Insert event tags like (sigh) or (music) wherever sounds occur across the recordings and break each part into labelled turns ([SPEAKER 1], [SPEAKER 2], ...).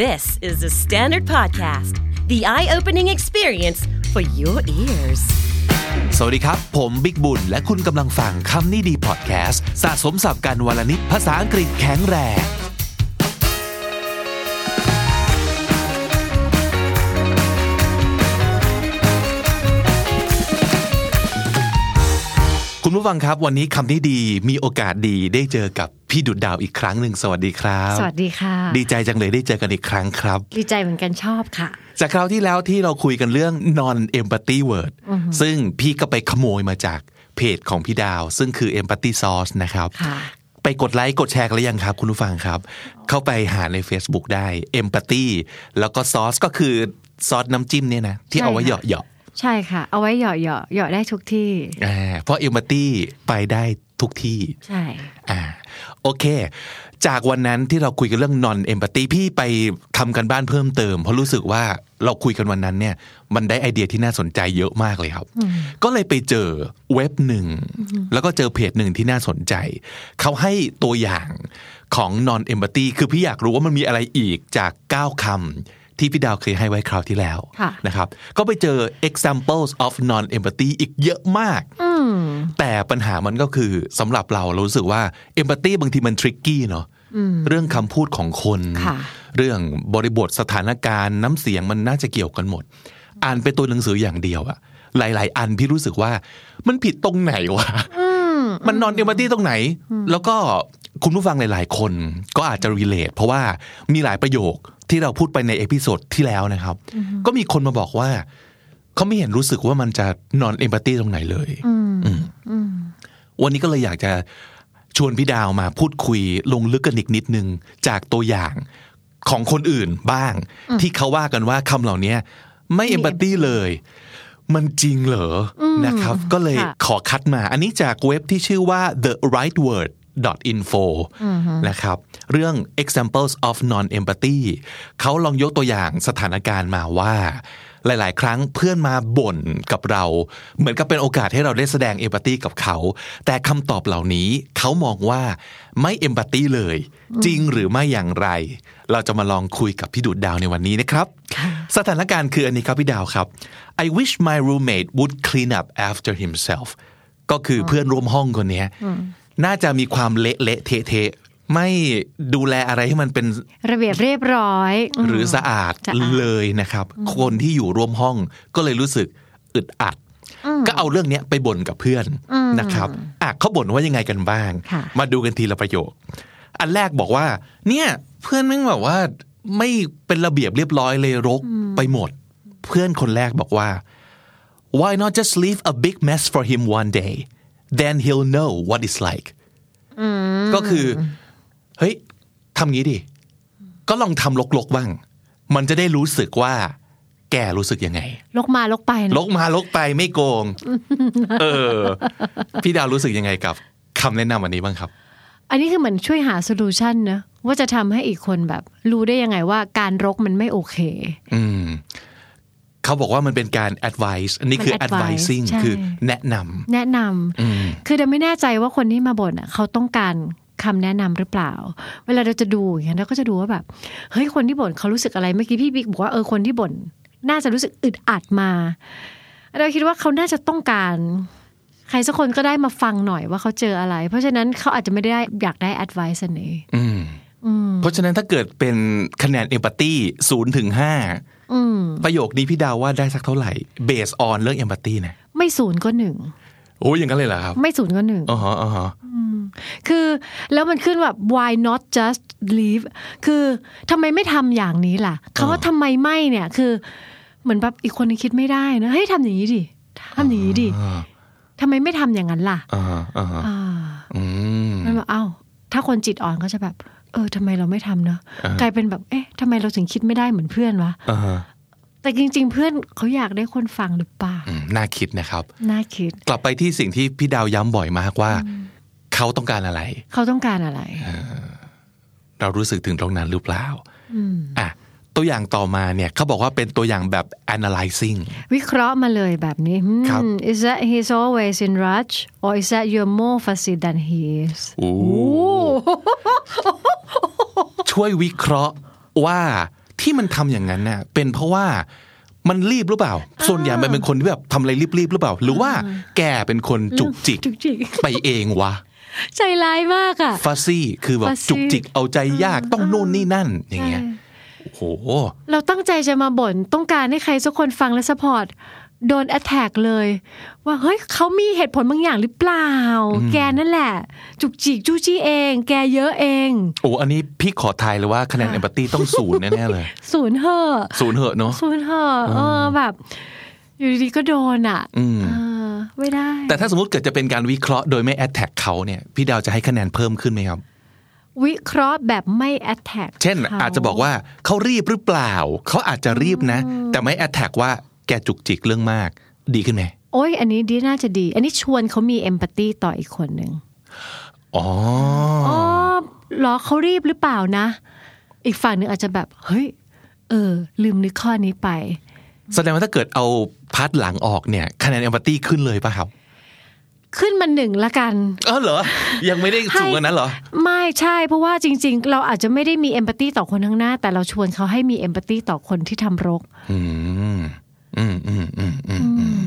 [SPEAKER 1] This is the Standard Podcast, the eye opening experience for your ears.
[SPEAKER 2] สวัสดีครับ ผมบิ๊กบุญ และคุณกำลังฟังคำนี้ดีพอดแคสต์สะสมสับการวลนิดภาษาอังกฤษแข็งแรง คุณผู้ฟังครับวันนี้คำนี้ดีมีโอกาสดีได้เจอกับพี่ดุดดาวอีกครั้งหนึ่งสวัสดีครับ
[SPEAKER 3] สวัสดีค่ะ
[SPEAKER 2] ดีใจจังเลยได้เจอกันอีกครั้งครับ
[SPEAKER 3] ดีใจเหมือนกันชอบค่ะ
[SPEAKER 2] จากคราวที่แล้วที่เราคุยกันเรื่อง non empathy word ซึ่งพี่ก็ไปขโมยมาจากเพจของพี่ดาว ซึ่งคือ empathy source นะครับ
[SPEAKER 3] ค่ะ
[SPEAKER 2] ไปกดไลค์กดแชร์กันหรือยังครับ คุณผู้ฟังครับ เข้าไปหาใน Facebook ได้ empathy แล้วก็ sauce ก็คือซอสน้ำจิ้มเนี่ยนะ ที่เอาไว้เหยาะเหยาะ
[SPEAKER 3] ใช่ค่ะ เอาไว้เหยาะเหยาะเหยาะได้ทุกที่
[SPEAKER 2] ๆอ่าเพราะ empathy ไปได้ทุกที่
[SPEAKER 3] ใช่
[SPEAKER 2] อ่าโอเค จากวันนั้นที่เราคุยกันเรื่อง non empathy พี่ไปทำกันบ้านเพิ่มเติม เพราะรู้สึกว่าเราคุยกันวันนั้นเนี่ย มันได้ไอเดียที่น่าสนใจเยอะมากเลยครับ ก็เลยไปเจอเว็บหนึ่ง แล้วก็เจอเพจหนึ่งที่น่าสนใจ เขาให้ตัวอย่างของ non empathy คือพี่อยากรู้ว่ามันมีอะไรอีกจาก 9คำที่พี่ดาวเคยให้ไว้คราวที่แล้ว
[SPEAKER 3] ค่ะ
[SPEAKER 2] นะครับ ก็ไปเจอ examples of non empathy อีกเยอะมาก
[SPEAKER 3] อืม
[SPEAKER 2] แต่ปัญหามันก็คือสำหรับเราเรารู้สึกว่าเอมพัตตีบางทีมันทริกกี้เนาะเรื่องคำพูดของคน
[SPEAKER 3] ค่ะ
[SPEAKER 2] เรื่องบริบทสถานการณ์น้ำเสียงมันน่าจะเกี่ยวกันหมด อ่านเป็นตัวหนังสืออย่างเดียวอะหลาย ๆ อันพี่รู้สึกว่ามันผิดตรงไหนวะ มันนอนเอมพัตตีตรงไหน แล้วก็คุณผู้ฟังหลาย ๆ คนก็อาจจะรีเลทเพราะว่ามีหลายประโยคที่เราพูดไปในเอพิโซดที่แล้วนะครับ ก็มีคนมาบอกว่า เขาไม่เห็นรู้สึกว่ามันจะนอนเอมพัตตีตรงไหนเลย อืม วันนี้ก็เลยอยากจะชวนพี่ดาวมาพูดคุยลงลึกกันอีกนิดนึง จากตัวอย่างของคนอื่นบ้าง ที่เขาว่ากันว่าคำเหล่านี้ไม่เอมพัตตีเลย มันจริงเหรออนะครับ ก็เลย
[SPEAKER 3] ค่ะ
[SPEAKER 2] ขอคัดมา อันนี้จากเว็บที่ชื่อว่า the right word info นะครับ เรื่อง examples of non empathy เขาลองยกตัวอย่างสถานการณ์มาว่า หลาย ๆ ครั้งเพื่อนมาบ่นกับเรา เหมือนกับเป็นโอกาสให้เราได้แสดงเอมพัตตีกับเขา แต่คำตอบเหล่านี้เขามองว่าไม่เอมพัตตีเลย จริงหรือไม่อย่างไร เราจะมาลองคุยกับพี่ดูดดาวในวันนี้นะครับ สถานการณ์คืออันนี้ครับพี่ดาวครับ I wish my roommate would clean up after himself ก็คือเพื่อนร่วมห้องคนเนี้ยน่าจะมีความเละเละเทะเทะไม่ดูแลอะไรให้มันเป็น
[SPEAKER 3] ระเบียบเรียบร้อยม
[SPEAKER 2] หรือสะอาด
[SPEAKER 3] สะอาด
[SPEAKER 2] เลยนะครับ คนที่อยู่ร่วมห้องก็เลยรู้สึกอึดอัด ก็เอาเรื่องเนี้ยไปบ่นกับเพื่อนนะครับอ่ะเขาบ่นว่ายังไงกันบ้าง
[SPEAKER 3] ค่ะ
[SPEAKER 2] มาดูกันทีละประโยค อันแรกบอกว่า เนี่ยเพื่อนแม่งแบบว่าไม่เป็นระเบียบเรียบร้อยเลยรกไปหมด เพื่อนคนแรกบอกว่า why not just leave a big mess for him one day then he'll know what it's like ก็คือ เฮ้ยทำงี้ดิ ก็ลองทำลกๆบ้าง มันจะได้รู้สึกว่า แกรู้สึกยังไง
[SPEAKER 3] ลกมาลกไปนะ
[SPEAKER 2] ลกมาลกไปไม่โกง เออ พี่ดาวรู้สึกยังไงกับคำแนะนำวันนี้บ้างครับ
[SPEAKER 3] อันนี้คือเหมือนช่วยหาโซลูชันนะว่าจะทำให้อีกคนแบบ รู้ได้ยังไงว่าการรกมันไม่โอเค
[SPEAKER 2] อืม เขาบอกว่ามันเป็นการ advice อันนี้คือ
[SPEAKER 3] มัน advice
[SPEAKER 2] advising
[SPEAKER 3] ใช่
[SPEAKER 2] คือแนะน
[SPEAKER 3] แนะนำ
[SPEAKER 2] ำอืม
[SPEAKER 3] คือเราไม่แน่ใจว่าคนที่มาบ่นอ่ะเขาต้องการคำแนะนำหรือเปล่า เวลาเราจะดูอย่างเงี้ยเราก็จะดูว่าแบบเฮ้ยคนที่บ่นเขารู้สึกอะไรเมื่อกี้พี่บิ๊กบอกว่าเออคนที่บ่นน่าจะรู้สึกอึดอัดมา เราคิดว่าเขาน่าจะต้องการ ใครสักคนก็ได้มาฟังหน่อยว่าเขาเจออะไร เพราะฉะนั้นเขาอาจจะไม่ได้อยากได้ advice อันนี้
[SPEAKER 2] อืม เพราะฉะนั้นถ้าเกิดเป็นคะแนน empathy ศูนย์ถึงห้า
[SPEAKER 3] อืม
[SPEAKER 2] ประโยคนี้พี่ดาวว่าได้สักเท่าไหร่ based on เรื่อง empathy นะ
[SPEAKER 3] ไม่ศูนย์ก็หนึ่ง
[SPEAKER 2] โอ้ยอย่างนั้นเลยเหรอครับ
[SPEAKER 3] ไม่ศูนย์ก็หนึ่ง
[SPEAKER 2] อ๋อฮะอ๋อฮะ
[SPEAKER 3] คือแล้วมันขึ้นแบบ why not just leave คือทำไมไม่ทำอย่างนี้ล่ะเขาว่าทำไมไม่เนี่ยคือ เหมือนแบบอีกคนนึงคิดไม่ได้นะเฮ้ยทำอย่างนี้ดิทำอย่างนี้ดิทำไมไม่ทำอย่างนั้นล่ะ
[SPEAKER 2] อ่าฮะอ่าฮะ
[SPEAKER 3] อ่า
[SPEAKER 2] อืม
[SPEAKER 3] มันแบบเอ้าถ้าคนจิตอ่อนก็จะแบบ เออทำไมเราไม่ทำเนอะกลายเป็นแบบเอ๊ะทำไมเราถึงคิดไม่ได้เหมือนเพื่อนวะ
[SPEAKER 2] อ่าฮะ
[SPEAKER 3] แต่จริง ๆ เพื่อนเขาอยากได้คนฟังหรือเปล่า
[SPEAKER 2] อืมน่าคิดนะครับ
[SPEAKER 3] น่าคิด
[SPEAKER 2] กลับไปที่สิ่งที่พี่ดาวย้ำบ่อยมากว่า เขาต้องการอะไร
[SPEAKER 3] เขาต้องการอะไร
[SPEAKER 2] เรารู้สึกถึงตรงนั้นหรือเปล่า
[SPEAKER 3] อืม
[SPEAKER 2] อ่ะตัวอย่างต่อมาเนี่ยเขาบอกว่าเป็นตัวอย่างแบบ analyzing
[SPEAKER 3] วิเคราะห์มาเลยแบบนี้อืม
[SPEAKER 2] ครับ
[SPEAKER 3] Is that he's always in rush or is that you're more fussy than he is
[SPEAKER 2] โอ้ช่วยวิเคราะห์ว่า ที่มันทำอย่างนั้นน่ะเป็นเพราะว่ามันรีบหรือเปล่า ส่วนใหญ่มันเป็นคนที่แบบทำอะไรรีบๆหรือเปล่า หรือว่าแกเป็นคนจุกจิก
[SPEAKER 3] (laughs) จุกจิก
[SPEAKER 2] ไปเองวะ
[SPEAKER 3] ใจร้ายมากอ่ะ
[SPEAKER 2] ฟัซซี่คือแบบ
[SPEAKER 3] Fussy
[SPEAKER 2] จุกจิกเอาใจยากต้องโน่นนี่นั่น อย่างเงี้ย
[SPEAKER 3] ใช่
[SPEAKER 2] โอ้โห
[SPEAKER 3] เราตั้งใจจะมาบ่นต้องการให้ใครสักคนฟังและสปอร์ตโดนแอ t แทกเลย ว่าเฮ้ยเขามีเหตุผลบางอย่างหรือเปล่า แกนั่นแหละ จุกจิกจู้จี้เอง แกเยอะเอง
[SPEAKER 2] โอ้อันนี้พี่ขอทายเลยว่าคะแนนเอมพัตตีต้องศูนย์แน่ๆ (laughs) เลย
[SPEAKER 3] ศูนย์เหอะ
[SPEAKER 2] ศูนย์เหอะเนาะ
[SPEAKER 3] ศูนย์เหอะเออแบบ อยู่ดีๆก็โดนอ่ะ
[SPEAKER 2] อืม
[SPEAKER 3] เออไม่ได้
[SPEAKER 2] แต่ถ้าสมมติเกิดจะเป็นการวิเคราะห์โดยไม่แอดแท็กเขาเนี่ยพี่ดาวจะให้คะแนนเพิ่มขึ้นไหมครับ
[SPEAKER 3] วิเคราะห์แบบไม่แอ t แทก
[SPEAKER 2] เช่น อาจจะบอกว่าเขารีบหรือเปล่า เขาอาจจะรีบนะ แต่ไม่แอดแท็กว่าแกจุกจิกเรื่องมาก ดีขึ้นไหม
[SPEAKER 3] โอ้ยอันนี้ดีน่าจะดี อันนี้ชวนเขามีเอมพัตตีต่ออีกคนหนึ่ง
[SPEAKER 2] อ๋อ
[SPEAKER 3] อ๋อเหรอเขารีบหรือเปล่านะ อีกฝั่งหนึ่งอาจจะแบบ เฮ้ย เออ ลืมนึกข้อนี้ไป
[SPEAKER 2] แสดงว่าถ้าเกิดเอาพาร์ทหลังออกเนี่ยคะแนนเอมพัตตีขึ้นเลยป่ะครับ
[SPEAKER 3] ขึ้นมาหนึ่งละกัน
[SPEAKER 2] เออเหรอ ยังไม่ได้สูงกันนั้นเหรอ
[SPEAKER 3] ไม่ใช่เพราะว่าจริง ๆ เราอาจจะไม่ได้มีเอมพัตตีต่อคนข้างหน้า แต่เราชวนเขาให้มีเอมพัตตีต่อคนที่ทำรก
[SPEAKER 2] อืมอืมอืมอืมอืมอืม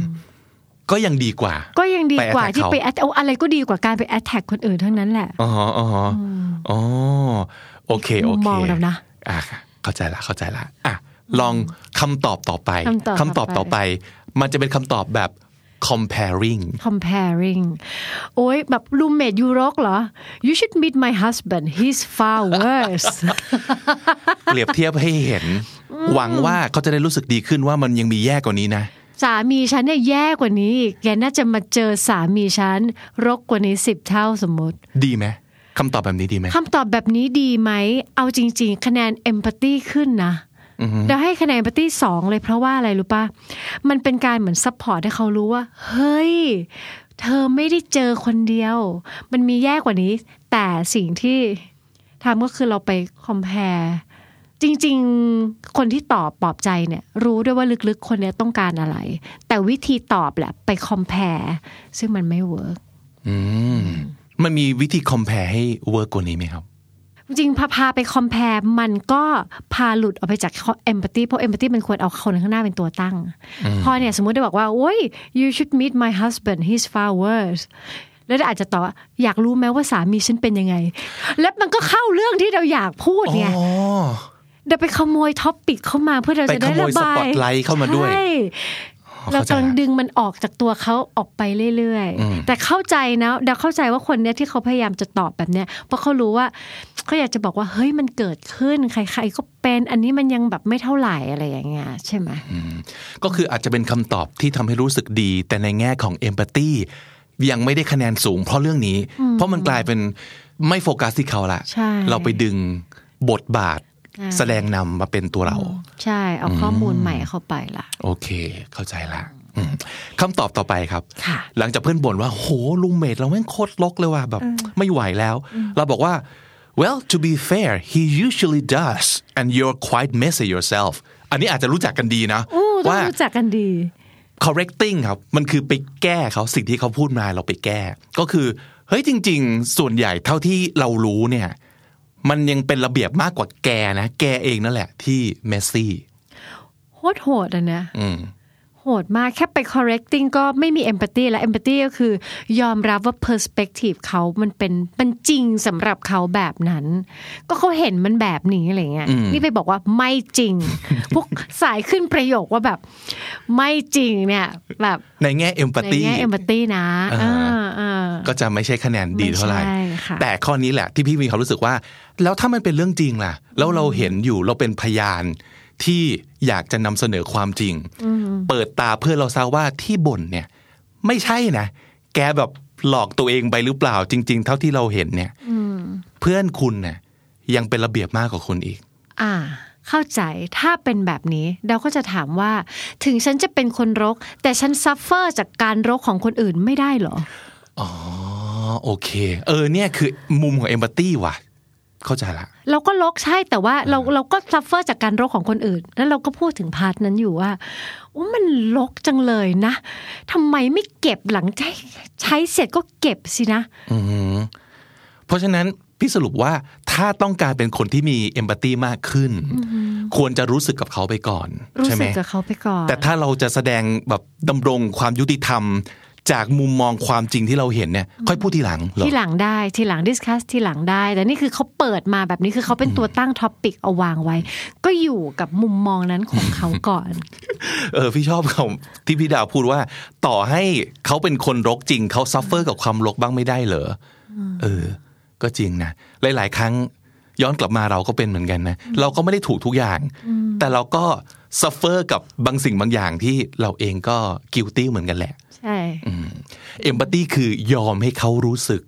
[SPEAKER 2] ก็ยังดีกว่า
[SPEAKER 3] ก็ยังดีกว่า
[SPEAKER 2] ไป attack
[SPEAKER 3] ที่
[SPEAKER 2] เขา
[SPEAKER 3] ไปแอดเอาอะไรก็ดีกว่าการไปแอดแท็กคนอื่นทั้งนั้นแหละ
[SPEAKER 2] อ๋ออ๋ออ๋อโอเค โอเค
[SPEAKER 3] มองแล้วนะ
[SPEAKER 2] อ่ะเข้าใจละเข้าใจละอ่ะลองคำตอบต่อไป
[SPEAKER 3] คำตอบต่อไป
[SPEAKER 2] ตอบต่อไป มันจะเป็นคำตอบแบบ comparing
[SPEAKER 3] comparing โอ้ยแบบ roommate ยูรกเหรอ you should meet my husband he's far worse
[SPEAKER 2] เปรียบเทียบให้เห็น หวังว่าเขาจะได้รู้สึกดีขึ้นว่ามันยังมีแย่กว่านี้นะ
[SPEAKER 3] สามีฉันเนี่ยแย่กว่านี้อีกแกน่าจะมาเจอสามีฉันรกกว่านี้สิบเท่าสมมติ
[SPEAKER 2] ดีไหมคำตอบแบบนี้ดีไหม
[SPEAKER 3] คำตอบแบบนี้ดีไหม เอาจริง ๆ คะแนนเอมพัตตีขึ้นนะเราให้คะแนนเอมพัตตีสองเลยเพราะว่าอะไรรู้ป่ะ มันเป็นการเหมือนซัพพอร์ตให้เขารู้ว่า เฮ้ย เธอไม่ได้เจอคนเดียว มันมีแย่กว่านี้ แต่สิ่งที่ทำก็คือเราไปคอมเพลจริง ๆ คนที่ตอบปลอบใจเนี่ย รู้ด้วยว่าลึกๆ คนเนี้ยต้องการอะไร แต่วิธีตอบแหละไปคอมเพลซึ่งมันไม่เวิร์ก
[SPEAKER 2] อืม มันมีวิธี compare ให้เวิร์กกว่านี้ไหมครับ
[SPEAKER 3] จริงพาพาไปคอมเพลมันก็พาหลุดออกไปจากเอมพัตตีเพราะเอมพัตตีมันควรเอาคนข้างหน้าเป็นตัวตั้ง พอเนี่ยสมมุติได้บอกว่าโอ้ย you should meet my husband he's far worse แล้วอาจจะต่อบว่าอยากรู้ไหมว่าสามีฉันเป็นยังไง แล้วมันก็เข้าเรื่องที่เราอยากพูด
[SPEAKER 2] อ๋
[SPEAKER 3] ไง
[SPEAKER 2] อ
[SPEAKER 3] เดี๋ยวไปขโมยท็อปปิกเข้ามาเพื่อเราจะได้ระบาย
[SPEAKER 2] ไปขโมยสปอตไลท์เข้ามาด้วย
[SPEAKER 3] ใช่ เรากำลังดึงมันออกจากตัวเขาออกไปเรื่อย
[SPEAKER 2] อืม
[SPEAKER 3] ๆ แต่เข้าใจนะเดาเข้าใจว่าคนเนี้ยที่เขาพยายามจะตอบแบบเนี้ย เพราะเขารู้ว่าเขาอยากจะบอกว่าเฮ้ยมันเกิดขึ้นใคร ๆ ก็เป็นอันนี้มันยังแบบไม่เท่าไหร่อะไรอย่างเงี้ยใช่ไหม
[SPEAKER 2] ก็คืออาจจะเป็นคำตอบที่ทำให้รู้สึกดี แต่ในแง่ของเอมพัตตียังไม่ได้คะแนนสูงเพราะเรื่องนี้ เพราะมันกลายเป็นไม่โฟกัสที่เขาละ
[SPEAKER 3] ใช่
[SPEAKER 2] เราไปดึงบทบาท
[SPEAKER 3] อ่า
[SPEAKER 2] แสดงนำมาเป็นตัวเรา
[SPEAKER 3] ใช่เอาข้อมูลใหม่เข้าไปละ
[SPEAKER 2] โอเค เข้าใจละอืมคำตอบต่อไปครับ
[SPEAKER 3] ค่ะ
[SPEAKER 2] หลังจากเพื่อนบ่นว่า โหลุงเมดเราแม่งโคตรลกเลยว่ะแบบ ไม่ไหวแล้ว เราบอกว่า well to be fair he usually does and you're quite messy yourself อันนี้อาจจะรู้จักกันดีนะ
[SPEAKER 3] อู้ต้องรู้จักกันดี
[SPEAKER 2] correcting ครับ มันคือไปแก้เขาสิ่งที่เขาพูดมาเราไปแก้ ก็คือ เฮ้ยจริง ๆ ส่วนใหญ่เท่าที่เรารู้เนี่ย มันยังเป็นระเบียบมากกว่าแกนะ แกเองนั่นแหละที่เมสซี่
[SPEAKER 3] โหดโหดอ่ะนะ
[SPEAKER 2] อืม
[SPEAKER 3] โหดมากแค่ไป correcting ก็ไม่มี empathy แล้ว empathy ก็คือยอมรับว่า perspective เขามันเป็นมันจริงสำหรับเขาแบบนั้น ก็เขาเห็นมันแบบนี้อะไรเงี้ยนี่ไปบอกว่าไม่จริง พวกสายขึ้นประโยคว่าแบบ ไม่จริงเนี่ย แบบ
[SPEAKER 2] ในแง่เอมพัต
[SPEAKER 3] ใน
[SPEAKER 2] ตี
[SPEAKER 3] แง่ empathy นะ
[SPEAKER 2] อ่า
[SPEAKER 3] อ่าๆ
[SPEAKER 2] ก็จะไม่ใช่คะแนนดีเท่าไหร่
[SPEAKER 3] ไม่ใช่ค่ะ
[SPEAKER 2] แต่ข้อนี้แหละที่พี่มีความรู้สึกว่า แล้วถ้ามันเป็นเรื่องจริงล่ะ แล้วเราเห็นอยู่เราเป็นพยานที่อยากจะนำเสนอความจริง เปิดตาเพื่อนเราทราบว่าที่บ่นเนี่ย ไม่ใช่นะ แกแบบหลอกตัวเองไปหรือเปล่า จริง ๆ เท่าที่เราเห็นเนี่ยเพื่อนคุณเนี่ยยังเป็นระเบียบมากกว่าคุณอีก
[SPEAKER 3] อ่า เข้าใจถ้าเป็นแบบนี้เราก็จะถามว่า ถึงฉันจะเป็นคนรก แต่ฉันซัฟเฟอร์จากการรกของคนอื่นไม่ได้เหรอ
[SPEAKER 2] อ๋อโอเค เออเนี่ยคือมุมของเอมพัตตีว่ะ เข้าใจละ
[SPEAKER 3] เราก็รกใช่แต่ว่าเราเราก็ซัฟเฟอร์จากการรกของคนอื่น แล้วเราก็พูดถึงพาร์ทนั้นอยู่ว่าโอ้มันรกจังเลยนะทำไมไม่เก็บหลังใช้ใช้เสร็จก็เก็บสินะ
[SPEAKER 2] อือหือเพราะฉะนั้นพี่สรุปว่าถ้าต้องการเป็นคนที่มีเอมพัตตีมากขึ้น ควรจะรู้สึกกับเขาไปก่อน
[SPEAKER 3] รู้
[SPEAKER 2] ใช่ไหม
[SPEAKER 3] สึกกับเขาไปก่อน
[SPEAKER 2] แต่ถ้าเราจะแสดงแบบดำรงความยุติธรรม จากมุมมองความจริงที่เราเห็นเนี่ย ค่อยพูดทีหลังเหรอ
[SPEAKER 3] ทีหลังได้ทีหลังดิสคัสทีหลังได้ แต่นี่คือเขาเปิดมาแบบนี้คือเขาเป็นตัวตั้งท็อปปิกเอาวางไว้ ก็อยู่กับมุมมองนั้นของเขาก่อน
[SPEAKER 2] (laughs) เออพี่ชอบเขา (laughs) ที่พี่ดาวพูดว่า ต่อให้เขาเป็นคนรกจริงเขาซัฟเฟอร์กับความรกบ้างไม่ได้เหรออเออ ก็จริงนะหลาย ๆ ครั้งย้อนกลับมาเราก็เป็นเหมือนกันนะ เราก็ไม่ได้ถูกทุกอย่าง แต่เราก็ซัฟเฟอร์กับบางสิ่งบางอย่างที่เราเองก็กิลตี้เหมือนกันแหละ
[SPEAKER 3] ใช่
[SPEAKER 2] เอมพัตตีคือยอมให้เขารู้สึก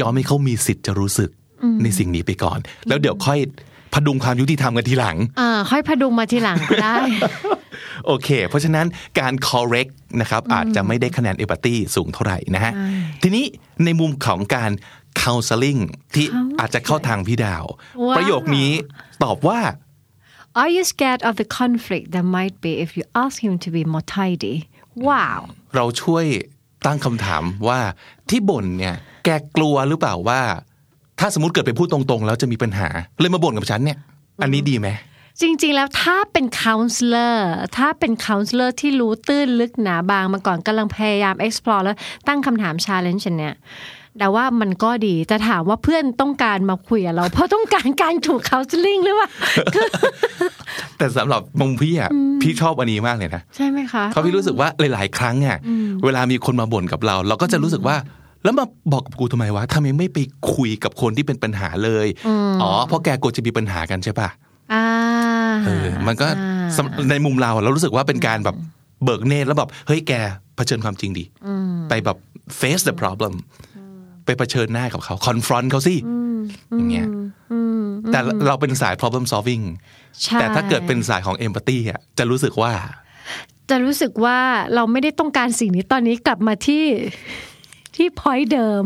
[SPEAKER 2] ยอมให้เขามีสิทธิ์จะรู้สึกในสิ่งนี้ไปก่อน แล้วเดี๋ยวค่อยพดุงความยุติธรรมกันทีหลัง
[SPEAKER 3] อ่าค่อยพดุงมาทีหลังก็ได้ (laughs)
[SPEAKER 2] โอเค เพราะฉะนั้นการ correct นะครับ อาจจะไม่ได้คะแนนเอมพัตตีสูงเท่าไหร่นะฮะ
[SPEAKER 3] ใช่
[SPEAKER 2] ทีนี้ในมุมของการ counseling ที่อาจจะเข้าทางพี่ดาว
[SPEAKER 3] ว้าว
[SPEAKER 2] ประโยคนี้ตอบว่า
[SPEAKER 3] Are you scared of the conflict that might be if you ask him to be more tidy? Wow.
[SPEAKER 2] เราช่วยตั้งคำถามว่าที่บ่นเนี่ยแกกลัวหรือเปล่าว่า ถ้าสมมติเกิดไปพูดตรงๆ แล้วจะมีปัญหา เลยมาบ่นกับฉันเนี่ย อันนี้ดีไหม
[SPEAKER 3] จริงๆ แล้วถ้าเป็น counselor ถ้าเป็น counselor ที่รู้ตื้นลึกหนาบางมาก่อนกำลังพยายาม explore แล้วตั้งคำถาม challenge อันเนี่ยแต่ว่ามันก็ดีแต่ถามว่าเพื่อนต้องการมาคุยกับเรา (laughs) เพราะต้องการการถูก counseling หรือว่า
[SPEAKER 2] แต่สำหรับมุมพี่อ่ะพี่ชอบอันนี้มากเลยนะ
[SPEAKER 3] ใช่ไหมคะ
[SPEAKER 2] เพราะพี่รู้สึกว่าหลาย ๆ ครั้งอ่ะเวลามีคนมาบ่นกับเรา เราก็จะรู้สึกว่า แล้วมาบอกกับกูทำไมวะทำไมไม่ไปคุยกับคนที่เป็นปัญหาเลยอ๋อเพราะแกกลัวจะมีปัญหากันใช่ปะ
[SPEAKER 3] อ่า
[SPEAKER 2] เออมันก็
[SPEAKER 3] อ่า
[SPEAKER 2] สำในมุมเราอะเรารู้สึกว่าเป็นการแบบเบิกเนตรแล้วแบบเฮ้ยแกเผชิญความจริงดิไปแบบ face the problem ไปเผชิญหน้ากับเขา confront เขาสิอย่างเงี้ยแต่เราเป็นสาย problem solving
[SPEAKER 3] ใช่
[SPEAKER 2] แต่ถ้าเกิดเป็นสายของ empathy อะจะรู้สึกว่า
[SPEAKER 3] จะรู้สึกว่าเราไม่ได้ต้องการสิ่งนี้ตอนนี้กลับมาที่ (laughs) ที่พอยต์เดิม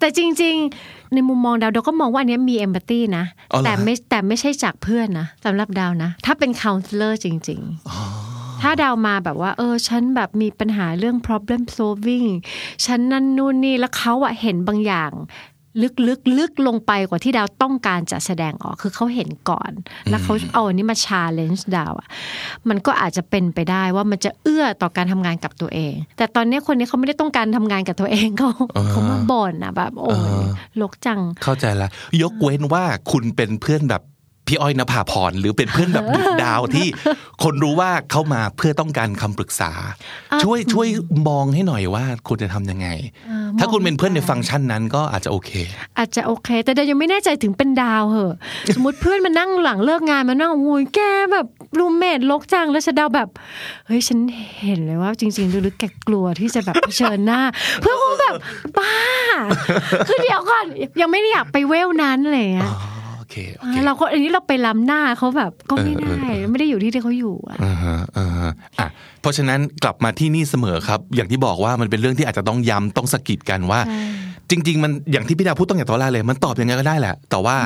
[SPEAKER 3] แต่จริง ๆ ในมุมมองดาวดาวก็มองว่าอันเนี้ยมีเอมพัตตีนะ
[SPEAKER 2] อ๋อเหรอ
[SPEAKER 3] แต่ไม่แต่ไม่ใช่จากเพื่อนนะสำหรับดาวนะ ถ้าเป็นค o u n s e l o r จริง ๆ ถ้าดาวมาแบบว่า เออ ฉันแบบมีปัญหาเรื่อง problem solving ฉันนั่นนู่นนี่แล้วเขาอะเห็นบางอย่าง ลึกๆลึกลงไปกว่าที่ดาวต้องการจะแสดงออกคือเขาเห็นก่อน แล้วเขาเอาอันนี้มาชาเลนจ์ดาวอะมันก็อาจจะเป็นไปได้ว่ามันจะเอื้อต่อการทำงานกับตัวเอง แต่ตอนเนี้ยคนนี้เขาไม่ได้ต้องการทำงานกับตัวเองเขาเขามาบ่นอะแบบ โอ้ยลกจัง
[SPEAKER 2] เข้าใจละยกเว้นว่าคุณเป็นเพื่อนแบบพี่อ้อยนภาพรหรือเป็นเพื่อนแบบดุดดาวที่ คนรู้ว่าเขามาเพื่อต้องการคำปรึกษา ช่วยช่วยมองให้หน่อยว่าควรจะทำยังไง
[SPEAKER 3] เออมอง
[SPEAKER 2] ถ้าคุณเป็นเพื่อนในฟังก์ชันนั้นก็อาจจะโอเค
[SPEAKER 3] อาจจะโอเค แต่เดยวยังไม่แน่ใจถึงเป็นดาวเห
[SPEAKER 2] (laughs)
[SPEAKER 3] อะ สมมติเพื่อนมานั่งหลังเลิกงานมานั่งโอ้ยแกแบบรูมเมทลกจังแล้วฉันเดาแบบ เฮ้ยฉันเห็นเลยว่าจริงๆลึกๆแกกลัวที่จะแบบเผชิญหน้า (laughs) เพื่อนคงแบบบ้า (laughs) คือเดี๋ยวก่อนยังไม่ได้อยากไปเวลนั้นอะไรอย่างเลย
[SPEAKER 2] อ๋อโอเค (laughs) โอเค
[SPEAKER 3] อ่ะเราก็อันนี้เราไปล้ำหน้าเขาแบบก็ไม่
[SPEAKER 2] เอ
[SPEAKER 3] ได้
[SPEAKER 2] อเออเออ
[SPEAKER 3] ไม่ได้อยู่ที่ที่เขาอยู่อะ
[SPEAKER 2] อ่าฮะอ่าฮะอ่ะเพราะฉะนั้นกลับมาที่นี่เสมอครับ อย่างที่บอกว่ามันเป็นเรื่องที่อาจจะต้องย้ำต้องสะกิดกันว่า จริง ๆ มันอย่างที่พี่ดาวพูดต้องอย่างตอนแรกเลย มันตอบยังไงก็ได้แหละ แต่ว่า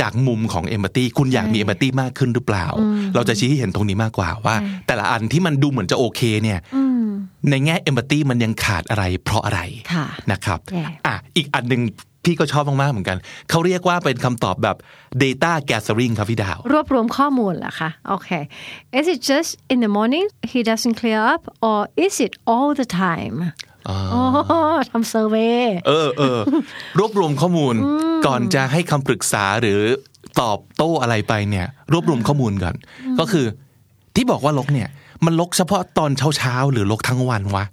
[SPEAKER 2] จากมุมของเอม a t ตีคุณอยากมีเอม a t ตีมากขึ้นหรือเปล่า เราจะชี้ให้เห็นตรงนี้มากกว่าว่า แต่ละอันที่มันดูเหมือนจะโอเคเนี่ยในแง่เอม a t ตีมันยังขาดอะไร เพราะอะไร
[SPEAKER 3] ค่ะ
[SPEAKER 2] นะครับ
[SPEAKER 3] แย่
[SPEAKER 2] อ่ะอีกอันหนึ่งพี่ก็ชอบมากๆเหมือนกันเขาเรียกว่าเป็นคำตอบแบบ data gathering ครับพี่ดาว
[SPEAKER 3] รวบรวมข้อมูลเหรอคะโอเค is it just in the morning he doesn't clear up or is it all the time
[SPEAKER 2] อ๋อ
[SPEAKER 3] โอ้โหทำเซอร์เวย์
[SPEAKER 2] เออเออ รวบรวมข้อมูลก่อนจะให้คำปรึกษาหรือตอบโต้อะไรไปเนี่ย รวบรวมข้อมูลก่อน ก็คือที่บอกว่าลกเนี่ย มันลกเฉพาะตอนเช้าเช้าๆหรือลกทั้งวันวะ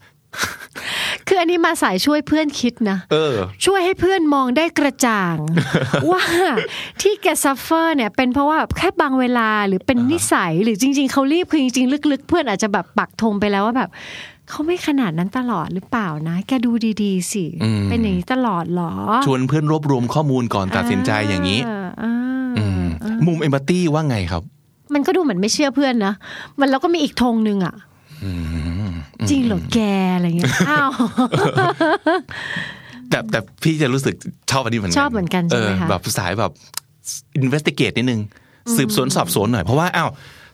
[SPEAKER 3] คืออันนี้มาสายช่วยเพื่อนคิดนะ
[SPEAKER 2] เออ
[SPEAKER 3] ช่วยให้เพื่อนมองได้กระ
[SPEAKER 2] (laughs)
[SPEAKER 3] จ่าง ว่าที่แกซัฟเฟอร์เนี่ยเป็นเพราะว่าแค่บางเวลาหรือเป็นนิสัยหรือจริง ๆเขารีบคือจริงๆ ลึก ๆ เพื่อนอาจจะแบบปักธงไปแล้วว่าแบบเขาไม่ขนาดนั้นตลอดหรือเปล่านะ แกดูดีๆสิ
[SPEAKER 2] อืม
[SPEAKER 3] เป็นอย่างนี้ตลอดเหรอ
[SPEAKER 2] ชวนเพื่อนรวบรวมข้อมูลก่อนตัดสินใจอย่างนี้
[SPEAKER 3] อ่าอ่า
[SPEAKER 2] อืมมุมเอมพัตตีว่าไงครับ
[SPEAKER 3] มันก็ดูเหมือนไม่เชื่อเพื่อนนะมันแล้วก็มีอีกธงหนึ่งอ่ะจริงเหรอแกอะไรเงี้
[SPEAKER 2] (laughs)
[SPEAKER 3] ยอ้าว (laughs)
[SPEAKER 2] แต่แต่พี่จะรู้สึกชอบอันนี้เหมือนกัน
[SPEAKER 3] ชอบเหมือนกันใช่ไหมคะ
[SPEAKER 2] แบบสายแบบ investigate นิดนึง สืบสวนสอบสวนหน่อย เพราะว่าอ้าว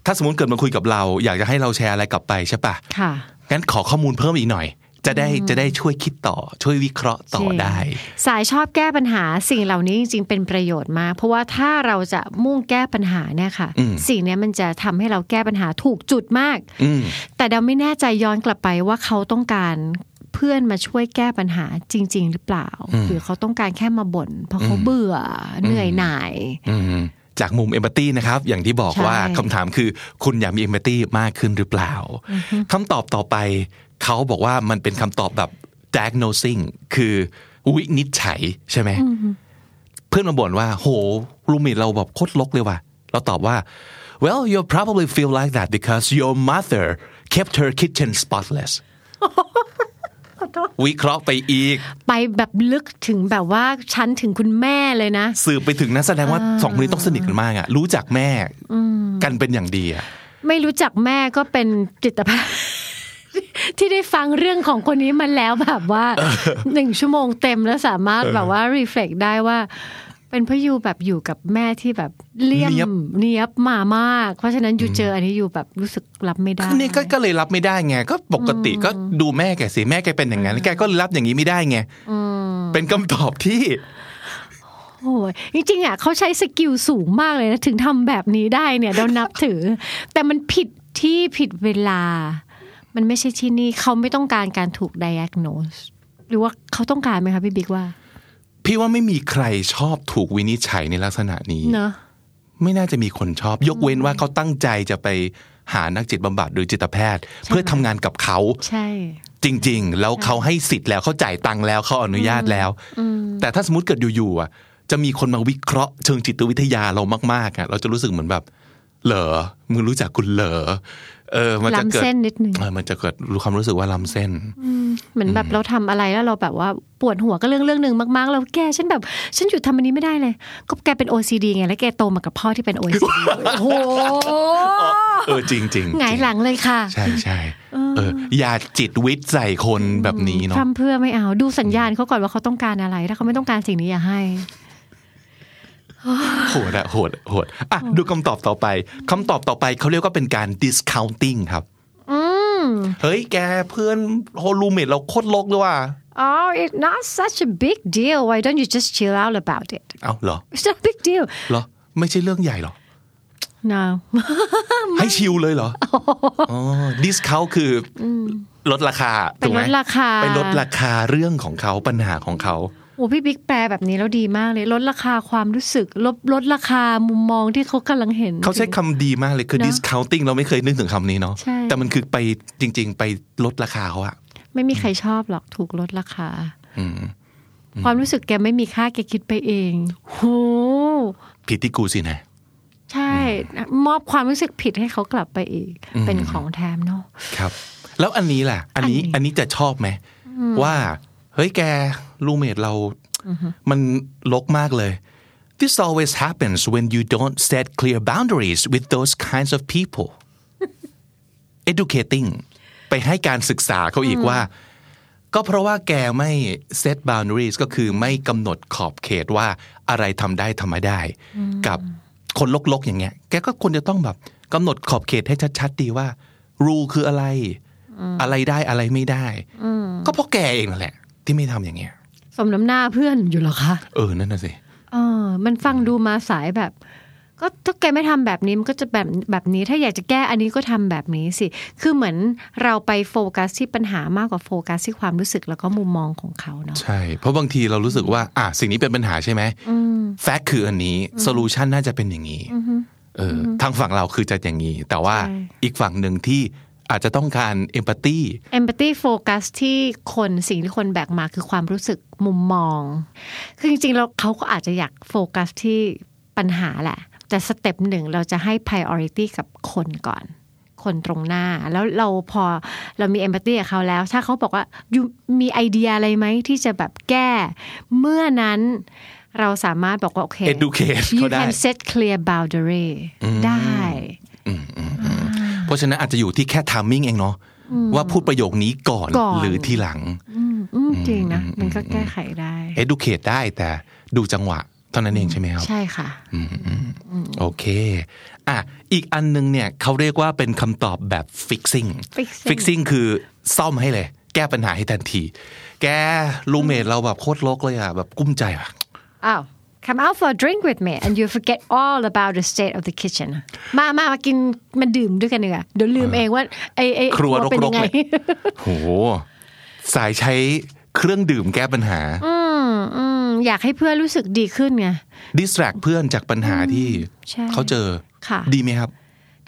[SPEAKER 2] ถ้าสมมติเกิดมาคุยกับเรา อยากจะให้เราแชร์อะไรกลับไปใช่ปะ
[SPEAKER 3] ค่ะ
[SPEAKER 2] งั้นขอข้อมูลเพิ่มอีกหน่อย จ จะได้จะได้ช่วยคิดต่อ ช่วยวิเคราะห์ต่อ
[SPEAKER 3] จริง
[SPEAKER 2] ได้
[SPEAKER 3] สายชอบแก้ปัญหาสิ่งเหล่านี้จริงๆเป็นประโยชน์มากเพราะว่าถ้าเราจะมุ่งแก้ปัญหาเนี่ยค่ะ
[SPEAKER 2] อืม
[SPEAKER 3] สิ่งเนี้ยมันจะทำให้เราแก้ปัญหาถูกจุดมาก
[SPEAKER 2] อืม
[SPEAKER 3] แต่เราไม่แน่ใจย้อนกลับไปว่าเขาต้องการเพื่อนมาช่วยแก้ปัญหาจริง ๆ หรือเปล่า
[SPEAKER 2] อืม
[SPEAKER 3] หรือเขาต้องการแค่มาบ่นเพราะเขาเบื่ออ
[SPEAKER 2] ม
[SPEAKER 3] เหนื่อยหน่าย
[SPEAKER 2] อืมจากมุมเอมพัตตีนะครับ อย่างที่บอก
[SPEAKER 3] ใช่
[SPEAKER 2] ว่าคำถามคือ คุณอยากมีเอมพัตตีมากขึ้นหรือเปล่าคำตอบต่อไป เขาบอกว่ามันเป็นคำตอบแบบ diagnosing คือวินิจฉัยใช่ไหม เพื่อนมาบ่นว่า โห รูมิเราแบบโคตรลกเลยว่ะ เราตอบว่า well you probably feel like that because your mother kept her kitchen (laughs) spotless วิเคราะห์ไปอีก
[SPEAKER 3] ไปแบบลึกถึงแบบว่าชั้นถึงคุณแม่เลยนะ
[SPEAKER 2] สืบไปถึงนั้นแสดงว่าสองคนนี้ต้องสนิทกันมากอะรู้จักแม่กันเป็นอย่างดีอะ
[SPEAKER 3] ไม่รู้จักแม่ก็เป็นจิตแพทย์ (laughs) ที่ได้ฟังเรื่องของคนนี้มาแล้วแบบ
[SPEAKER 2] (laughs)
[SPEAKER 3] ว่าหนึ่งชั่วโมงเต็มแล้วสามารถแบบว่ารีเฟล็กได้ว่า เป็นเพราะยูแบบอยู่กับแม่ที่แบบเลี่ยม
[SPEAKER 2] เนี๊ยบ
[SPEAKER 3] เนียบมามาก เพราะฉะนั้นยูเจออันนี้ยูแบบรู้สึกรับไม่ได้
[SPEAKER 2] นี่ก็ก็เลยรับไม่ได้ไง ก็ปกติก็ดูแม่แกสิแม่แกเป็นอย่างนั้นแกก็รับอย่างนี้ไม่ได้ไงเป็นคำตอบที่
[SPEAKER 3] โอ้ยจริงๆอ่ะเขาใช้สกิลสูงมากเลยนะ ถึงทำแบบนี้ได้เนี่ยเรานับถือ แต่มันผิดที่ผิดเวลา มันไม่ใช่ที่นี่เขาไม่ต้องการการถูก diagnose หรือว่าเขาต้องการไหมคะพี่บิ๊กว่า
[SPEAKER 2] พี่ว่าไม่มีใครชอบถูกวินิจฉัยในลักษณะนี้
[SPEAKER 3] เนอะ
[SPEAKER 2] ไม่น่าจะมีคนชอบ ยกเว้นว่าเขาตั้งใจจะไปหานักจิตบำบัดหรือจิตแพทย์ เพื่อทำงานกับเขา
[SPEAKER 3] ใช่
[SPEAKER 2] จริง ๆ แล้วเขาให้สิทธิ์แล้วเขาจ่ายตังค์แล้วเขาอนุญาตแล้ว แต่ถ้าสมมติเกิดอยู่ๆอ่ะจะมีคนมาวิเคราะห์เชิงจิตวิทยาเรามากๆอ่ะเราจะรู้สึกเหมือนแบบ เหลอมึงรู้จักคุณเหลอเออมันจะเกิด
[SPEAKER 3] ล้ำเส้นนิดนึง
[SPEAKER 2] เออมันจะเกิดรู้ความรู้สึกว่าล้ำเส้น
[SPEAKER 3] เหมือนแบบเราทำอะไรแล้วเราแบบว่าปวดหัวก็เรื่องเรื่องหนึ่งมากๆ เราแกฉันแบบ ฉันหยุดทำอันนี้ไม่ได้เลย ก็แกเป็น OCD ไงแล้วแกโตมากับพ่อที่เป็น OCD โอ้โห
[SPEAKER 2] เออจริงๆจริง
[SPEAKER 3] หงายหลังเลยค่ะ
[SPEAKER 2] ใช่ใช่เอออย่าจิตวิทย์ใส่คนแบบนี้เนาะ
[SPEAKER 3] ทำเพื่อไม่เอาดูสัญญาณเขาก่อนว่าเขาต้องการอะไร ถ้าเขาไม่ต้องการสิ่งนี้อย่าให้
[SPEAKER 2] โหดอะโหดโหดอ่ะดูคำตอบต่อไปคำตอบต่อไปเขาเรียกว่าเป็นการ discounting ครับ
[SPEAKER 3] อืม
[SPEAKER 2] เฮ้ยแกเพื่อนโฮลูเมดเราโคตรลกเลยว่ะ
[SPEAKER 3] oh it's not such a big deal why don't you just chill out about it
[SPEAKER 2] เอ้าเหรอ
[SPEAKER 3] it's not a big deal
[SPEAKER 2] เหรอ ไม่ใช่เรื่องใหญ่เหรอ
[SPEAKER 3] no
[SPEAKER 2] ให้ชิลเลยเหรอ อ๋อ discount คืออลดราคา
[SPEAKER 3] ไป
[SPEAKER 2] ถูกไหม
[SPEAKER 3] ลดราคา
[SPEAKER 2] ไปลดราคาเรื่องของเขาปัญหาของเขา
[SPEAKER 3] โอ้พี่บิ๊กแปลแบบนี้แล้วดีมากเลย ลดราคาความรู้สึก ลดลดราคามุมมองที่เขากำลังเห็น
[SPEAKER 2] เขาใช้คำดีมากเลยคือ
[SPEAKER 3] เนอะ
[SPEAKER 2] discounting เราไม่เคยนึกถึงคำนี้เนาะ
[SPEAKER 3] ใช่
[SPEAKER 2] แต่มันคือไปจริง ๆ ไปลดราคาเขาอะ
[SPEAKER 3] ไม่มีใครชอบหรอกถูกลดราคา ความรู้สึกแกไม่มีค่าแกคิดไปเองโห
[SPEAKER 2] ผิดที่กูสินะ
[SPEAKER 3] ใช่มอบความรู้สึกผิดให้เขากลับไปอีก เป็นของแถมเนาะ
[SPEAKER 2] ครับ แล้วอันนี้ล่ะ อันนี้อั
[SPEAKER 3] อันนี้
[SPEAKER 2] นนี้จะชอบไหมว่า เฮ้ยแกรูเมทเรา มันลกมากเลย This always happens when you don't set clear boundaries with those kinds of people
[SPEAKER 3] (laughs)
[SPEAKER 2] educating ไปให้การศึกษาเขาอีกว่า ก็เพราะว่าแกไม่ set boundaries ก็คือไม่กำหนดขอบเขตว่าอะไรทำได้ทำไม่ได้ กับคนลกๆอย่างเงี้ย แกก็ควรจะต้องแบบกำหนดขอบเขตให้ชัดๆดีว่า rule คืออะไร อะไรได้อะไรไม่ได้ ก็เพราะแกเองนั่นแหละ ที่ไม่ทำอย่างเงี้ย
[SPEAKER 3] สมน้ำหน้าเพื่อนอยู่เหรอคะ
[SPEAKER 2] เออ นั่นน่ะสิ
[SPEAKER 3] เออ มันฟังดูมาสายแบบ ก็ถ้าแกไม่ทำแบบนี้มันก็จะแบบแบบนี้ ถ้าอยากจะแก้อันนี้ก็ทำแบบนี้สิ คือเหมือนเราไปโฟกัสที่ปัญหามากกว่าโฟกัสที่ความรู้สึกแล้วก็มุมมองของเขาเนาะ
[SPEAKER 2] ใช่ เพราะบางทีเรารู้สึกว่า อ่ะสิ่งนี้เป็นปัญหาใช่ไหมแฟกต์คืออันนี้โซลูชันน่าจะเป็นอย่างนี้เอออทางฝั่งเราคือจะอย่างนี้ แต่ว่า
[SPEAKER 3] ใช่
[SPEAKER 2] อีกฝั่งหนึ่งที่อาจจะต้องการเอมพัตตี
[SPEAKER 3] empathy โฟกัสที่คนสิ่งที่คนแบกมาคือความรู้สึกมุมมอง คือจริงๆแล้วเขาก็อาจจะอยากโฟกัสที่ปัญหาแหละ แต่สเต็ปหนึ่งเราจะให้ priority กับคนก่อน คนตรงหน้า แล้วเราพอเรามี empathy กับเขาแล้ว ถ้าเขาบอกว่า you มีไอเดียอะไรไหมที่จะแบบแก้ เมื่อนั้นเราสามารถบอกว่า โอเค
[SPEAKER 2] educate
[SPEAKER 3] you
[SPEAKER 2] เขาได้
[SPEAKER 3] can set clear boundary ได้
[SPEAKER 2] เพราะฉะนั้นอาจจะอยู่ที่แค่ทามมิ่งเองเนาะว่าพูดประโยคนี้ก่อน
[SPEAKER 3] ก่อน
[SPEAKER 2] หรือทีหลัง
[SPEAKER 3] อืมจริงนะ มันก็แก้ไขได้
[SPEAKER 2] educate ได้แต่ดูจังหวะ เท่านั้นเองใช่ไหมครับ
[SPEAKER 3] ใช่ค่ะ
[SPEAKER 2] โอเค อ่ะ อีกอันหนึงเนี่ยเขาเรียกว่าเป็นคำตอบแบบ fixing
[SPEAKER 3] Fixing
[SPEAKER 2] fixing คือซ่อมให้เลย แก ก้ปัญหาให้ทันที แกรูเมทเราแบบโคตรลกเลยอ่ะ แบบกุ้มใจอ่ะ
[SPEAKER 3] Oh, come out for a drink with me and you forget all about the state of the kitchen มามามากินมาดื่มด้วยกันเนีกว่ยเดี๋ยวลืมเองว่าไอ้ไอ้
[SPEAKER 2] ครัวรก
[SPEAKER 3] เป็น
[SPEAKER 2] ๆ
[SPEAKER 3] ยังไง
[SPEAKER 2] เลยโห สายใช้เครื่องดื่มแก้ปัญหา
[SPEAKER 3] อืมอยากให้เพื่อนรู้สึกดีขึ้นไง
[SPEAKER 2] ดิสแทรกเพื่อนจากปัญหาที่
[SPEAKER 3] ใช่
[SPEAKER 2] เขาเจอ
[SPEAKER 3] ค่ะ
[SPEAKER 2] ดีไหมครับ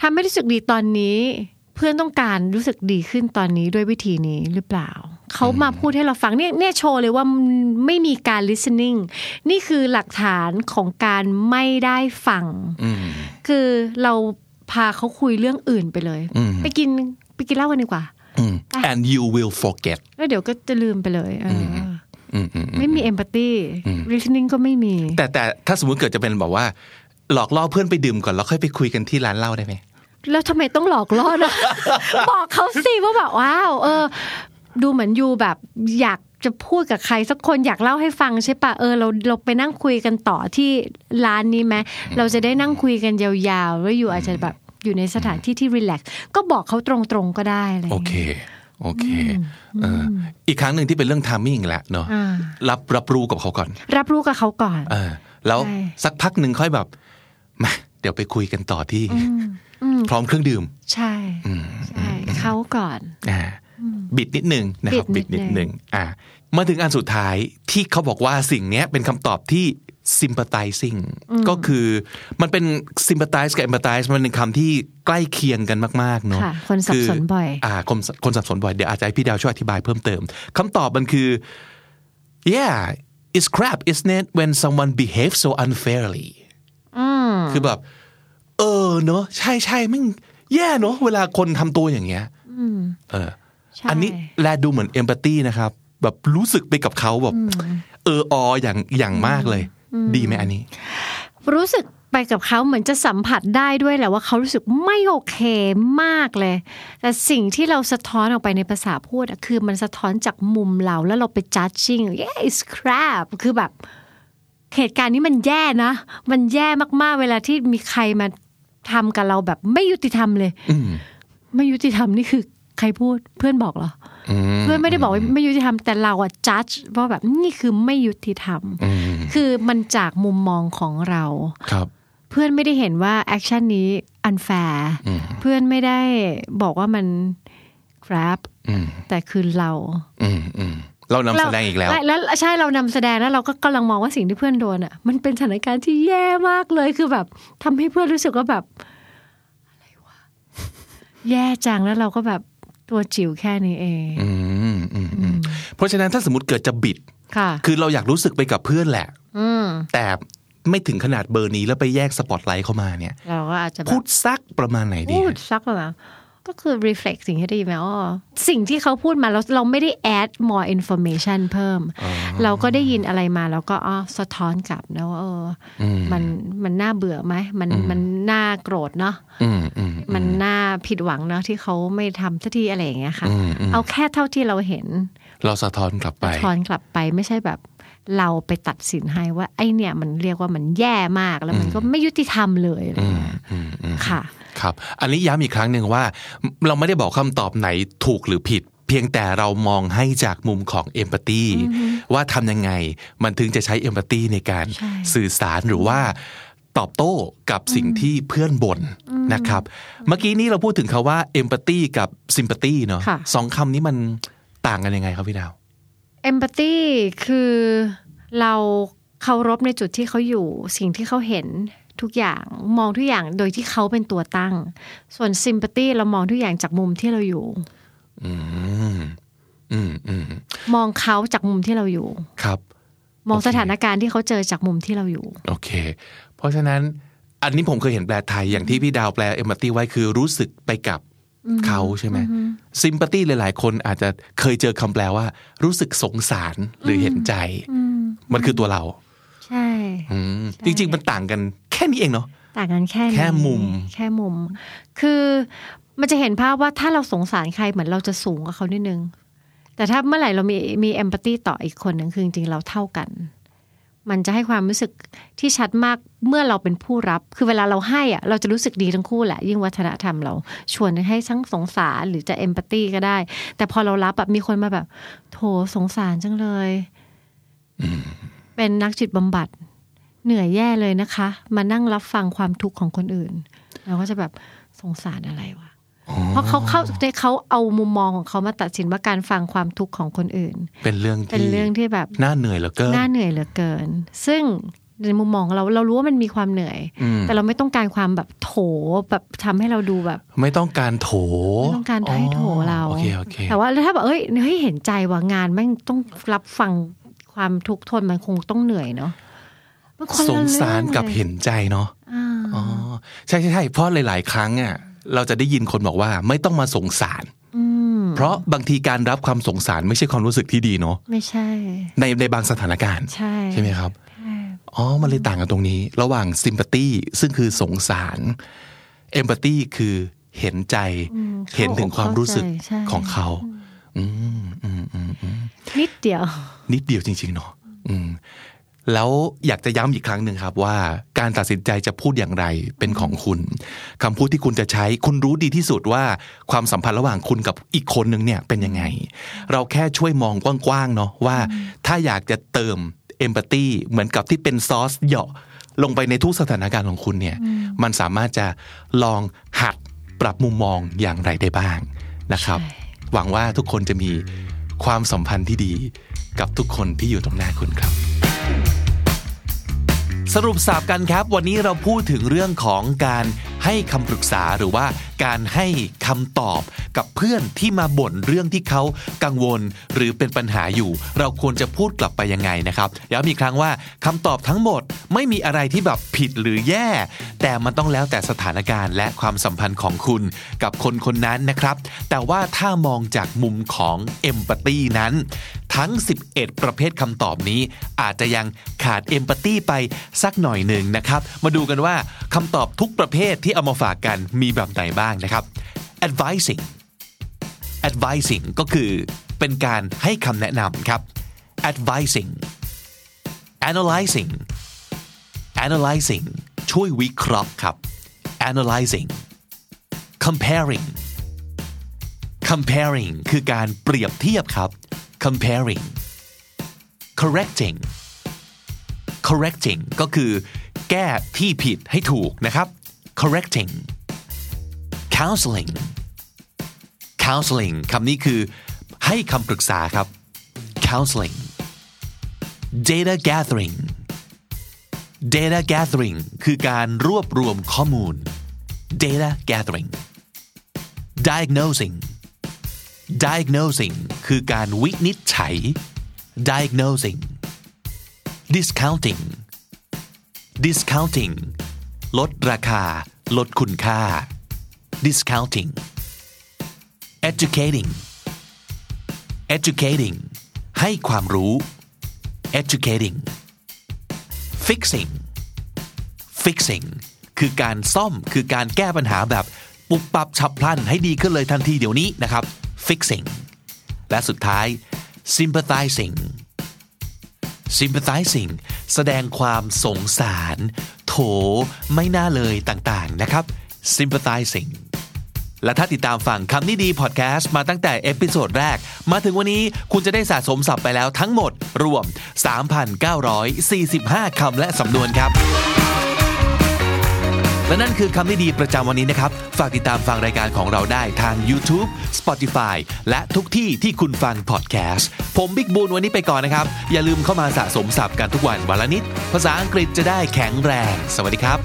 [SPEAKER 3] ทำให้รู้สึกดีตอนนี้ เพื่อนต้องการรู้สึกดีขึ้นตอนนี้ด้วยวิธีนี้หรือเปล่า เขามาพูดให้เราฟังเนี่ยเนี่ยโชว์เลยว่าไม่มีการ listening นี่คือหลักฐานของการไม่ได้ฟัง
[SPEAKER 2] อืม
[SPEAKER 3] คือเราพาเขาคุยเรื่องอื่นไปเลย
[SPEAKER 2] อืม
[SPEAKER 3] ไปกินไปกินเหล้ากันดีกว่า
[SPEAKER 2] อืม and you will forget
[SPEAKER 3] แล้วเดี๋ยวก็จะลืมไปเลยเอออ
[SPEAKER 2] อืมอืมอืม
[SPEAKER 3] ไม่มีเอมพัตตี้ listening ก็ไม่มี
[SPEAKER 2] แต่แต่ถ้าสมมติเกิดจะเป็นแบบว่า หลอกล่อเพื่อนไปดื่มก่อนแล้วค่อยไปคุยกันที่ร้านเหล้าได้ไหม
[SPEAKER 3] แล้วทำไมต้องหลอกล่อนะ
[SPEAKER 2] (laughs)
[SPEAKER 3] บอกเขาสิว่าแบบว้าวเออ ดูเหมือนยูแบบอยากจะพูดกับใครสักคนอยากเล่าให้ฟังใช่ปะเออเราเราไปนั่งคุยกันต่อที่ร้านนี้ไหมเราจะได้นั่งคุยกันยาวๆแล้วยูอาจจะแบบอยู่ในสถานที่ที่รีแลกซ์ก็บอกเขาตรงๆก็ได้อะไรอย่าง
[SPEAKER 2] โอ
[SPEAKER 3] เลย
[SPEAKER 2] เค โอเคเออออีกครั้งหนึ่งที่เป็นเรื่องทามมิ่งแหละเนาะ
[SPEAKER 3] อ่า
[SPEAKER 2] รับรับรู้กับเขาก่อน
[SPEAKER 3] รับรู้กับเขาก่อน
[SPEAKER 2] เออแล้ว
[SPEAKER 3] ใช่
[SPEAKER 2] สักพักหนึ่งค่อยแบบ (laughs) มาเดี๋ยวไปคุยกันต่อที่ พร้อมเครื่องดื่ม
[SPEAKER 3] ใช่ใช่เขาก่อน
[SPEAKER 2] อ่าบิดนิดหนึ่งนะครับ
[SPEAKER 3] บิ
[SPEAKER 2] บิ
[SPEAKER 3] ด
[SPEAKER 2] ด
[SPEAKER 3] นิ
[SPEAKER 2] นิ
[SPEAKER 3] ด
[SPEAKER 2] ด
[SPEAKER 3] ห
[SPEAKER 2] ห
[SPEAKER 3] นึ่
[SPEAKER 2] นึ่
[SPEAKER 3] ง
[SPEAKER 2] งอ่ามาถึงอันสุดท้ายที่เขาบอกว่าสิ่งเนี้ยเป็นคำตอบที่ sympathizing ก็คือมันเป็น sympathize กับ empathize มันเป็นคำที่ใกล้เคียงกันมากๆเนาะ
[SPEAKER 3] ค่ะ คนสับสนบ่อย
[SPEAKER 2] อ่าคนคนสับสนบ่อย เดี๋ยวอาจจะให้พี่ดาวช่วยอธิบายเพิ่มเติมคำตอบมันคือ yeah it's crap isn't it when someone behaves so unfairly คือแบบ เออเนอะใช่ใช่แม่งแย่เนอะเวลาคนทำตัวอย่างเงี้ยเออ
[SPEAKER 3] ใช่
[SPEAKER 2] อันนี้แลดูเหมือนเอมพัตตีนะครับ แบบรู้สึกไปกับเขาแบบเออออย่างอย่างมากเลย ดีไหมอันนี้
[SPEAKER 3] รู้สึกไปกับเขาเหมือนจะสัมผัสได้ด้วยแหละว่าเขารู้สึกไม่โอเคมากเลย แต่สิ่งที่เราสะท้อนออกไปในภาษาพูดอะคือมันสะท้อนจากมุมเราแล้วเราไป judging yeah it's crap คือแบบ เหตุการณ์นี้มันแย่นะ มันแย่มากๆ เวลาที่มีใครมาทำกับเราแบบไม่ยุติธรรมเลย
[SPEAKER 2] อืม
[SPEAKER 3] ไม่ยุติธรรมนี่คือใครพูดเพื่อนบอกเหรอ
[SPEAKER 2] อืม
[SPEAKER 3] เพื่อนไม่ได้บอกว่าไม่ยุติธรรมแต่เราอะจัดว่าแบบนี่คือไม่ยุติธรรม
[SPEAKER 2] อืม
[SPEAKER 3] คือมันจากมุมมองของเรา
[SPEAKER 2] ครับ
[SPEAKER 3] เพื่อนไม่ได้เห็นว่าแอคชั่นนี้อันแฟร์
[SPEAKER 2] อืม
[SPEAKER 3] เพื่อนไม่ได้บอกว่ามันครับ
[SPEAKER 2] อืม
[SPEAKER 3] แต่คือเรา
[SPEAKER 2] อืมอืมเรานำแสดงอีกแล้ว
[SPEAKER 3] ใช่แล้วใช่เรานำแสดงแล้วเราก็กำลังมองว่าสิ่งที่เพื่อนโดนอ่ะ มันเป็นสถานการณ์ที่แย่มากเลยคือแบบทำให้เพื่อนรู้สึกว่าแบบอะไรวะแย่จังแล้วเราก็แบบตัวจิ๋วแค่นี้เอง
[SPEAKER 2] อืมอืมอืมเพราะฉะนั้นถ้าสมมติเกิดจะบิด
[SPEAKER 3] ค่ะ
[SPEAKER 2] คือเราอยากรู้สึกไปกับเพื่อนแหละ
[SPEAKER 3] อืม
[SPEAKER 2] แต่ไม่ถึงขนาดเบอร์นี้แล้วไปแยกสปอตไลท์เข้ามาเนี่ย
[SPEAKER 3] เราก็อาจจะแบบ
[SPEAKER 2] พูดซักประมาณไหนดี
[SPEAKER 3] พูดซักประมาณก็คือ reflect สิ่งที่ได้ยินมาอ๋อสิ่งที่เขาพูดมาเราเราไม่ได้ add more information เพิ่ม เราก็ได้ยินอะไรมาแล้วก็อ๋อสะท้อนกลับนะว่าเอออมันมันน่าเบื่อไหมมันมันน่าโกรธเนาะ
[SPEAKER 2] อืมอืม
[SPEAKER 3] มันน่าผิดหวังเนาะที่เขาไม่ทำสักทีอะไรอย่างเงี้ยค่ะ
[SPEAKER 2] อืมอืม
[SPEAKER 3] เอาแค่เท่าที่เราเห็น
[SPEAKER 2] เราสะท้อนกลับไป
[SPEAKER 3] สะท้อนกลับไปไม่ใช่แบบเราไปตัดสินให้ว่าไอเนี่ยมันเรียกว่ามันแย่มากแล้วมันก็ไม่ยุติธรรมเลยอะไรอย่างเงี้ยค่ะ
[SPEAKER 2] ครับ อันนี้ย้ำอีกครั้งหนึ่งว่า เราไม่ได้บอกคำตอบไหนถูกหรือผิด เพียงแต่เรามองให้จากมุมของเอมพัตตีว่าทำยังไงมันถึงจะใช้เอมพัตตีในการ
[SPEAKER 3] ใช่
[SPEAKER 2] สื่อสารหรือว่าตอบโต้กับสิ่งที่เพื่อนบ่นนะครับ เมื่อกี้นี้เราพูดถึงคาว่าเอมพัตตีกับซิมพัตตีเนาะ
[SPEAKER 3] ค่ะ
[SPEAKER 2] สองคำนี้มันต่างกันยังไงครับพี่ดาว
[SPEAKER 3] เอมพัตตีคือเราเคารพในจุดที่เขาอยู่ สิ่งที่เขาเห็นทุกอย่างมองทุกอย่างโดยที่เขาเป็นตัวตั้ง ส่วนซิมพัตตีเรามองทุกอย่างจากมุมที่เราอยู่
[SPEAKER 2] อืม อืมอืม
[SPEAKER 3] มองเขาจากมุมที่เราอยู่
[SPEAKER 2] ครับ
[SPEAKER 3] มอง
[SPEAKER 2] โอเค
[SPEAKER 3] สถานการณ์ที่เขาเจอจากมุมที่เราอยู่
[SPEAKER 2] โอเค เพราะฉะนั้นอันนี้ผมเคยเห็นแปลไทยอย่างที่พี่ดาวแปลเอมพัตตีไว้คือรู้สึกไปกับเขาใช่ไหมซิมพัตตีหลายๆ คนอาจจะเคยเจอคำแปลว่า รู้สึกสงสารหรือเห็นใจ มันคือตัวเรา
[SPEAKER 3] ใช่
[SPEAKER 2] อืมจริง ๆ มันต่างกันแค่นี้เองเนาะ
[SPEAKER 3] ต่างกันแค่นี้
[SPEAKER 2] แค่มุม
[SPEAKER 3] แค่มุม คือมันจะเห็นภาพว่าถ้าเราสงสารใครเหมือนเราจะสูงกว่าเขานิดนึง แต่ถ้าเมื่อไหร่เรามีมีเอมพัตตีต่ออีกคนหนึ่งคือจริงๆเราเท่ากัน มันจะให้ความรู้สึกที่ชัดมากเมื่อเราเป็นผู้รับ คือเวลาเราให้อะเราจะรู้สึกดีทั้งคู่แหละ ยิ่งวัฒนธรรมเราชวนให้ทั้งสงสารหรือจะเอมพัตตีก็ได้ แต่พอเรารับแบบมีคนมาแบบ โถสงสารจังเลย เป็นนักจิตบำบัด เหนื่อยแย่เลยนะคะ มานั่งรับฟังความทุกข์ของคนอื่นเราก็จะแบบสงสารอะไรวะ เพราะเขาเข้าใจเขาเอามุมมองของเขามาตัดสินว่าการฟังความทุกข์ของคนอื่น
[SPEAKER 2] เป็นเรื่อง
[SPEAKER 3] เป็น
[SPEAKER 2] ที่
[SPEAKER 3] เรื่องที่แบบ
[SPEAKER 2] น่าเหนื่อยเหลือเกิน
[SPEAKER 3] น่าเหนื่อยเหลือเกิน ซึ่งในมุมมองของเราเรารู้ว่ามันมีความเหนื่อย
[SPEAKER 2] อืม
[SPEAKER 3] แต่เราไม่ต้องการความแบบโถแบบทำให้เราดูแบบ
[SPEAKER 2] ไม่ต้องการโถ
[SPEAKER 3] ไม่ต้องการให้โถเรา
[SPEAKER 2] โอเคโอเค
[SPEAKER 3] แต่ว่าถ้าแบบเอ้ยเฮ้ยเห็นใจว่างานแม่งต้องรับฟังความทุกข์ทนมันคงต้องเหนื่อยเนาะมันคนละ
[SPEAKER 2] สงสาร
[SPEAKER 3] เอ
[SPEAKER 2] กับ
[SPEAKER 3] ลย
[SPEAKER 2] เห็นใจเนาะ
[SPEAKER 3] อ่า
[SPEAKER 2] อ๋อใช่ใช่ใช่เพราะหลาย ๆ ครั้งอ่ะเราจะได้ยินคนบอกว่าไม่ต้องมาสงสาร
[SPEAKER 3] ม
[SPEAKER 2] เพราะบางทีการรับความสงสารไม่ใช่ความรู้สึกที่ดีเนาะ
[SPEAKER 3] ไม่ใช่
[SPEAKER 2] ในในบางสถานการณ์
[SPEAKER 3] ใช่
[SPEAKER 2] ใช่ไหมครับ
[SPEAKER 3] ใช่
[SPEAKER 2] อ๋อ มันเลยต่างกันตรงนี้ ระหว่างซิมพัตตีซึ่งคือสงสารเอมพัตตีคือเห็นใจ
[SPEAKER 3] อืม
[SPEAKER 2] เห็นถึงความรู้สึก
[SPEAKER 3] เข้ใจใช่
[SPEAKER 2] ของเขา อืมอืมอืมอืม
[SPEAKER 3] นิดเดียว
[SPEAKER 2] นิดเดียวจริง ๆ เนาะอืมแล้วอยากจะย้ำอีกครั้งหนึ่งครับว่า การตัดสินใจจะพูดอย่างไรเป็นของคุณคำพูดที่คุณจะใช้ คุณรู้ดีที่สุดว่าความสัมพันธ์ระหว่างคุณกับอีกคนนึงเนี่ยเป็นยังไง เราแค่ช่วยมองกว้าง ๆ เนาะว่า ถ้าอยากจะเติมเอมพัตตีเหมือนกับที่เป็นซอสเหยาะลงไปในทุกสถานการณ์ของคุณเนี่ย มันสามารถจะลองหัดปรับมุมมองอย่างไรได้บ้างนะครับ หวังว่าทุกคนจะมีความสัมพันธ์ที่ดีกับทุกคนที่อยู่ตรงหน้าคุณครับ สรุปสาบกันครับ วันนี้เราพูดถึงเรื่องของการให้คำปรึกษาหรือว่าการให้คำตอบกับเพื่อนที่มาบ่นเรื่องที่เขากังวลหรือเป็นปัญหาอยู่ เราควรจะพูดกลับไปยังไงนะครับแล้วมีครั้งว่าคำตอบทั้งหมดไม่มีอะไรที่แบบผิดหรือแย่ แต่มันต้องแล้วแต่สถานการณ์และความสัมพันธ์ของคุณกับคนคนนั้นนะครับ แต่ว่าถ้ามองจากมุมของเอมพัตตีนั้น ทั้ง 11 ประเภทคำตอบนี้ อาจจะยังขาดเอมพัตตีไปสักหน่อยหนึ่งนะครับ มาดูกันว่าคำตอบทุกประเภทที่เอามาฝากกันมีแบบไหนบ้างนะครับ advising advising ก็คือเป็นการให้คำแนะนำครับ advising analyzing analyzing ช่วยวิเคราะห์ครับ analyzing comparing comparing คือการเปรียบเทียบครับ comparing correcting correcting ก็คือแก้ที่ผิดให้ถูกนะครับ correcting counseling counseling คำนี้คือให้คำปรึกษาครับ counseling data gathering data gathering คือการรวบรวมข้อมูล data gathering diagnosing diagnosing คือการวินิจฉัย diagnosing discounting discounting ลดราคา ลดคุณค่า discounting educating educating ให้ความรู้ educating fixing fixing คือการซ่อมคือการแก้ปัญหาแบบปุบปับฉับพลันให้ดีขึ้นเลยทันทีเดี๋ยวนี้นะครับ fixing และสุดท้าย sympathizing sympathizing แสดงความสงสาร โถไม่น่าเลยต่างๆนะครับ sympathizing และถ้าติดตามฟังคำนี้ดีพอดแคสต์มาตั้งแต่เอพิโซดแรก มาถึงวันนี้คุณจะได้สะสมศัพท์ไปแล้วทั้งหมดรวม 3,945 คำและสำนวนครับ และนั่นคือคำที่ดีประจำวันนี้นะครับ ฝากติดตามฟังรายการของเราได้ทาง YouTube Spotify และทุกที่ที่คุณฟังพอดแคสต์ ผมบิ๊กบูลวันนี้ไปก่อนนะครับ อย่าลืมเข้ามาสะสมศัพท์กันทุกวันวันละนิด ภาษาอังกฤษจะได้แข็งแรง สวัสดีครับ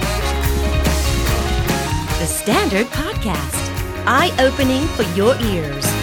[SPEAKER 1] The Standard Podcast, eye opening for your ears.